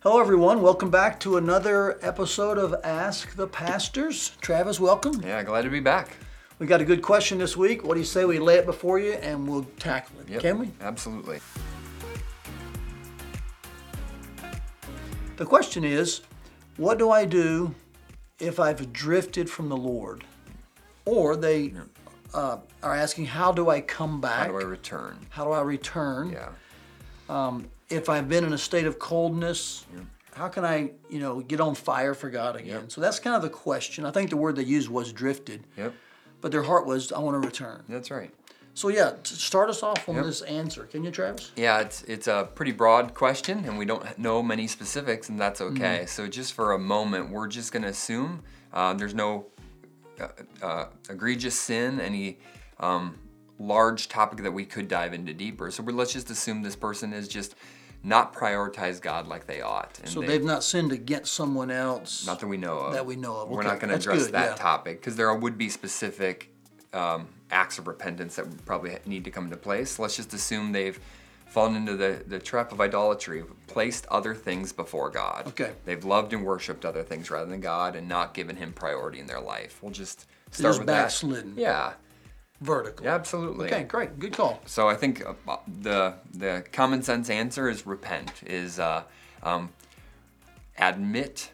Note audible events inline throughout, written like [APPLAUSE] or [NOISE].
Hello, everyone. Welcome back to another episode of Ask the Pastors. Travis, welcome. Yeah, glad to be back. We got a good question this week. What do you say we lay it before you and we'll tackle it? Yep, Can we? Absolutely. The question is what do I do if I've drifted from the Lord? Or they uh, are asking, how do I come back? How do I return? How do I return? Yeah. If I've been in a state of coldness, how can I, you know, get on fire for God again? So that's kind of the question. I think the word they used was drifted, Yep. but their heart was, I want to return. That's right. So yeah, t- start us off on this answer, can you, Travis? Yeah, it's it's a pretty broad question, and we don't know many specifics, and that's okay. So just for a moment, we're just going to assume uh, there's no uh, uh, egregious sin, any um, large topic that we could dive into deeper. So we let's just assume this person is just not prioritized God like they ought. And So they- they've not sinned against someone else. Not that we know of. That we know of. We're Okay, not going to that's address good, that yeah. topic because there would be specific um, acts of repentance that would probably ha- need to come into place. Let's just assume they've fallen into the, the trap of idolatry, placed other things before God. Okay. They've loved and worshipped other things rather than God and not given Him priority in their life. We'll just start just with backslidden. that. Yeah. vertical. Yeah, absolutely. Okay, great, good call. So I think uh, the the common sense answer is repent. Is uh, um, admit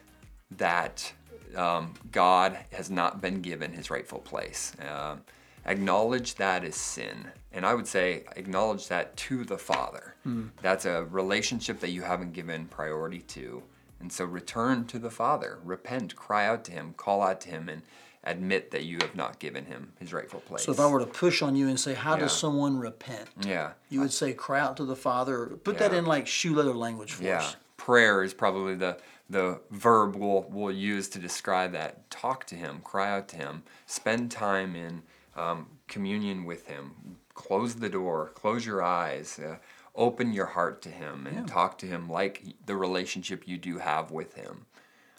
that um, God has not been given His rightful place. Um acknowledge that is sin, and I would say acknowledge that to the Father. Hmm. That's a relationship that you haven't given priority to, and so return to the Father. Repent, cry out to Him, call out to Him, and admit that you have not given Him His rightful place. So if I were to push on you and say, how does Yeah. someone repent? yeah. You would say, cry out to the Father. Put that Yeah. in like shoe leather language for Yeah, us. prayer is probably the the verb we'll we'll use to describe that. Talk to Him, cry out to Him, spend time in um, communion with Him. Close the door, close your eyes, uh, open your heart to Him, and talk to Him like the relationship you do have with Him.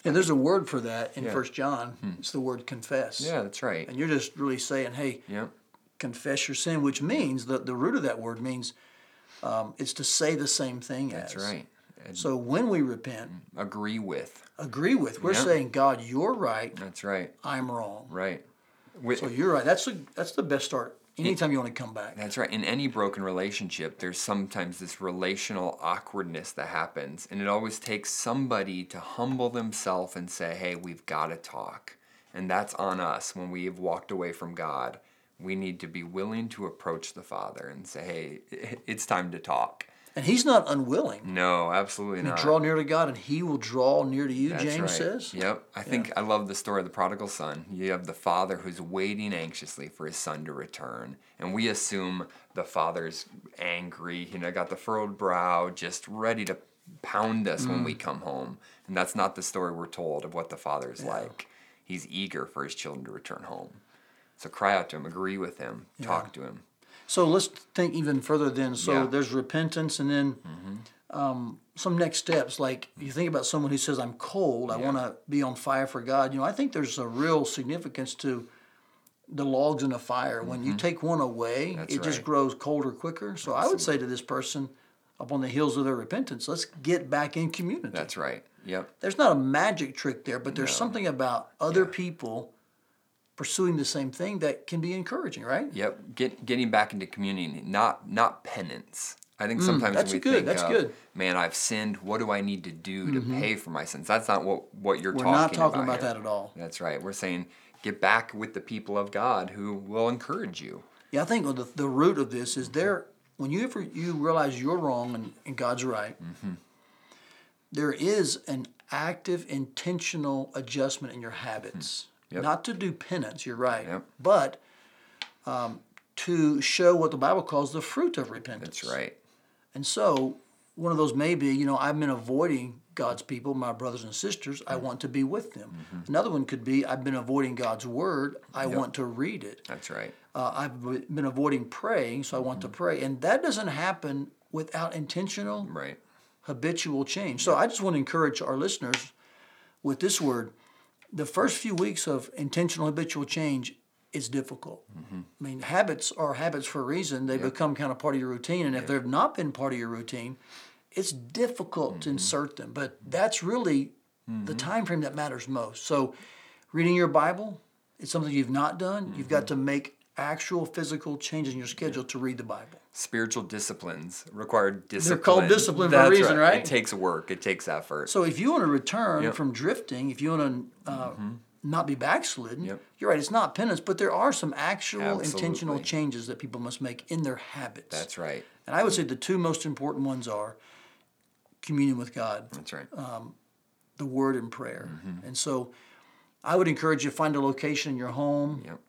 And there's a word for that in First John. It's the word confess. Hmm. Yeah, that's right. And you're just really saying, hey, Yep. confess your sin, which means that the root of that word means um, it's to say the same thing That's as. right. Hmm. And So when we repent, agree with. agree with, we're Yeah. saying, God, you're right, That's right. I'm wrong. Right. With, So you're right. That's the that's the best start. Anytime you want to come back. That's right. In any broken relationship, there's sometimes this relational awkwardness that happens. And it always takes somebody to humble themselves and say, hey, we've got to talk. And that's on us when we've walked away from God. We need to be willing to approach the Father and say, hey, [LAUGHS] it's time to talk. And he's not unwilling. No, absolutely not. Draw near to God and he will draw near to you, That's James right. says. Yep. I think I love the story of the prodigal son. You have the father who's waiting anxiously for his son to return. And we assume the father's angry, you know, got the furrowed brow, just ready to pound us when we Mm. come home. And that's not the story we're told of what the father is like. He's eager for his children to return home. So cry out to him, agree with him, talk to him. So let's think even further then. So Yeah. Mm-hmm. there's repentance and then um, some next steps. Like you think about someone who says, I'm cold, I want to be on fire for God. You know, I think there's a real significance to the logs in a fire. When you take one away, it just Mm-hmm. right. grows colder quicker. So I would say to this person, upon the heels of their repentance, let's get back in community. That's right. Yep. there's not a magic trick there, but there's something about other people pursuing the same thing that can be encouraging, right? Yep, get getting back into community, not not penance. I think sometimes Mm, that's we good, think, that's of, good. Mm-hmm. man, I've sinned. What do I need to do to pay for my sins? That's not what what you're We're talking not talking about, here. that at all. That's right. We're saying get back with the people of God who will encourage you. Yeah, I think the, the root of this is there, when you ever you realize you're wrong and, and God's right, Mm-hmm. there is an active, intentional adjustment in your habits. Not to do penance, you're right, Hmm. Yep. but um, to show what the Bible calls the fruit of repentance. That's right. And so, one of those may be, you know, I've been avoiding God's people, my brothers and sisters. I Hmm. want to be with them. Mm-hmm. Another one could be, I've been avoiding God's word. I want to read it. That's right. Uh, I've w- been avoiding praying, so I want to pray. And that doesn't happen without intentional, Right. habitual change. So, I just want to encourage our listeners with this word the first few weeks of intentional, habitual change. is difficult. I mean, habits are habits for a reason. They become kind of part of your routine. And if they've not been part of your routine, it's difficult to insert them, but that's really the time frame that matters most. So, reading your Bible, it's something you've not done. You've got to make actual physical changes in your schedule to read the Bible. Spiritual disciplines require discipline. called discipline for a That's reason, right? It takes work. It takes effort. So, if you want to return from drifting, if you want to uh, not be backslidden, Mm-hmm. Yep. you're right, it's not penance, but there are some actual intentional Absolutely. changes that people must make in their habits. That's right. And I would say the two most important ones are communion with God, That's right. Uh, the Word, and prayer. Mm-hmm. And so I would encourage you to find a location in your home Yep.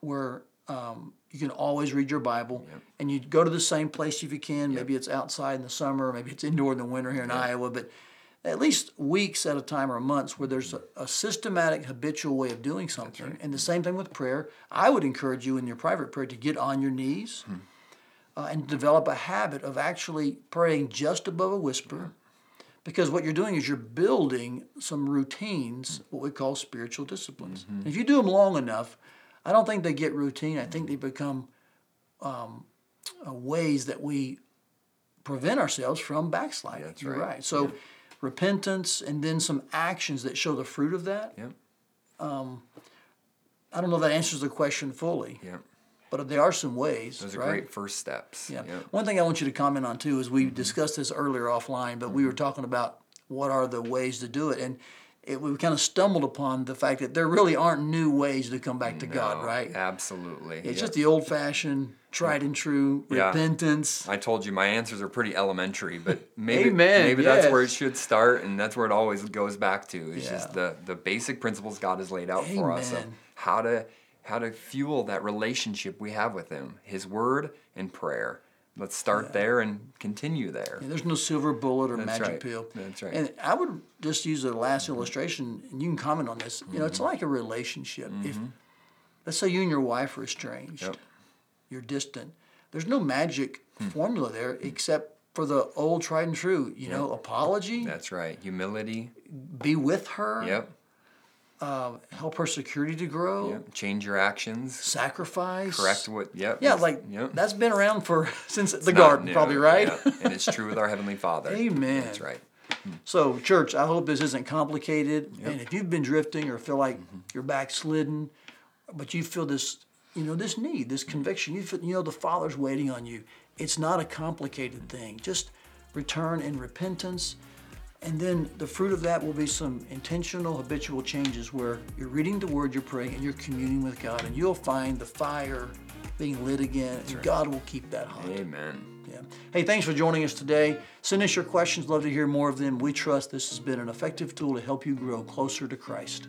where um, you can always read your Bible. And you go to the same place if you can. Maybe it's outside in the summer, maybe it's indoor in the winter here in Iowa, but at least weeks at a time or months where there's a, a systematic habitual way of doing something. And the same thing with prayer. I would encourage you in your private prayer to get on your knees uh, and develop a habit of actually praying just above a whisper. Because what you're doing is you're building some routines, what we call spiritual disciplines. Mm-hmm. And if you do them long enough, I don't think they get routine. I think they become um, uh, ways that we prevent ourselves from backsliding. That's You're right. right. So repentance and then some actions that show the fruit of that. um, Yep. I don't know if that answers the question fully, Yep. but there are some ways. Those are right? great first steps. Yeah. Yep. Mm-hmm. One thing I want you to comment on too is we discussed this earlier offline, but we were talking about what are the ways to do it, and it, we kind of stumbled upon the fact that there really aren't new ways to come back to God, Oh, right? Absolutely. It's Yep. just the old-fashioned, tried and true Yeah. repentance. I told you my answers are pretty [LAUGHS] elementary, but maybe Amen, maybe that's where it yes. should start, and that's where it always goes back to. It's Yeah. just the the basic principles God has laid out for us of Amen. how to how to fuel that relationship we have with Him, His Word and prayer. Let's start there and continue there. Yeah, there's no silver bullet or magic right. pill. That's right. Mm-hmm. And I would just use the last illustration, and you can comment on this. You know, it's like a relationship. If let's say you and your wife are estranged, Mm-hmm. Yep. you're distant. There's no magic Hmm. formula there except for the old tried and true. You know, apology, That's right. Humility. be with her, Yep. help her security to grow, Yep. Change your actions. sacrifice, Correct what. Yep. Yeah, like Yep. that's been around for [LAUGHS] since the Not garden, new. probably right. Yep. And it's true with our Heavenly Father. [LAUGHS] Amen. That's right. So, church, I hope this isn't complicated. And if you've been drifting or feel like you're backslidden, but you feel this, you know, this need, this conviction, you feel, you know, the Father's waiting on you. It's not a complicated thing. Just return in repentance, and then the fruit of that will be some intentional, habitual changes where you're reading the Word, you're praying, and you're communing with God, and you'll find the fire being lit again, and God will keep that hot. Amen. Yeah. Hey, thanks for joining us today. Send us your questions. Love to hear more of them. We trust this has been an effective tool to help you grow closer to Christ.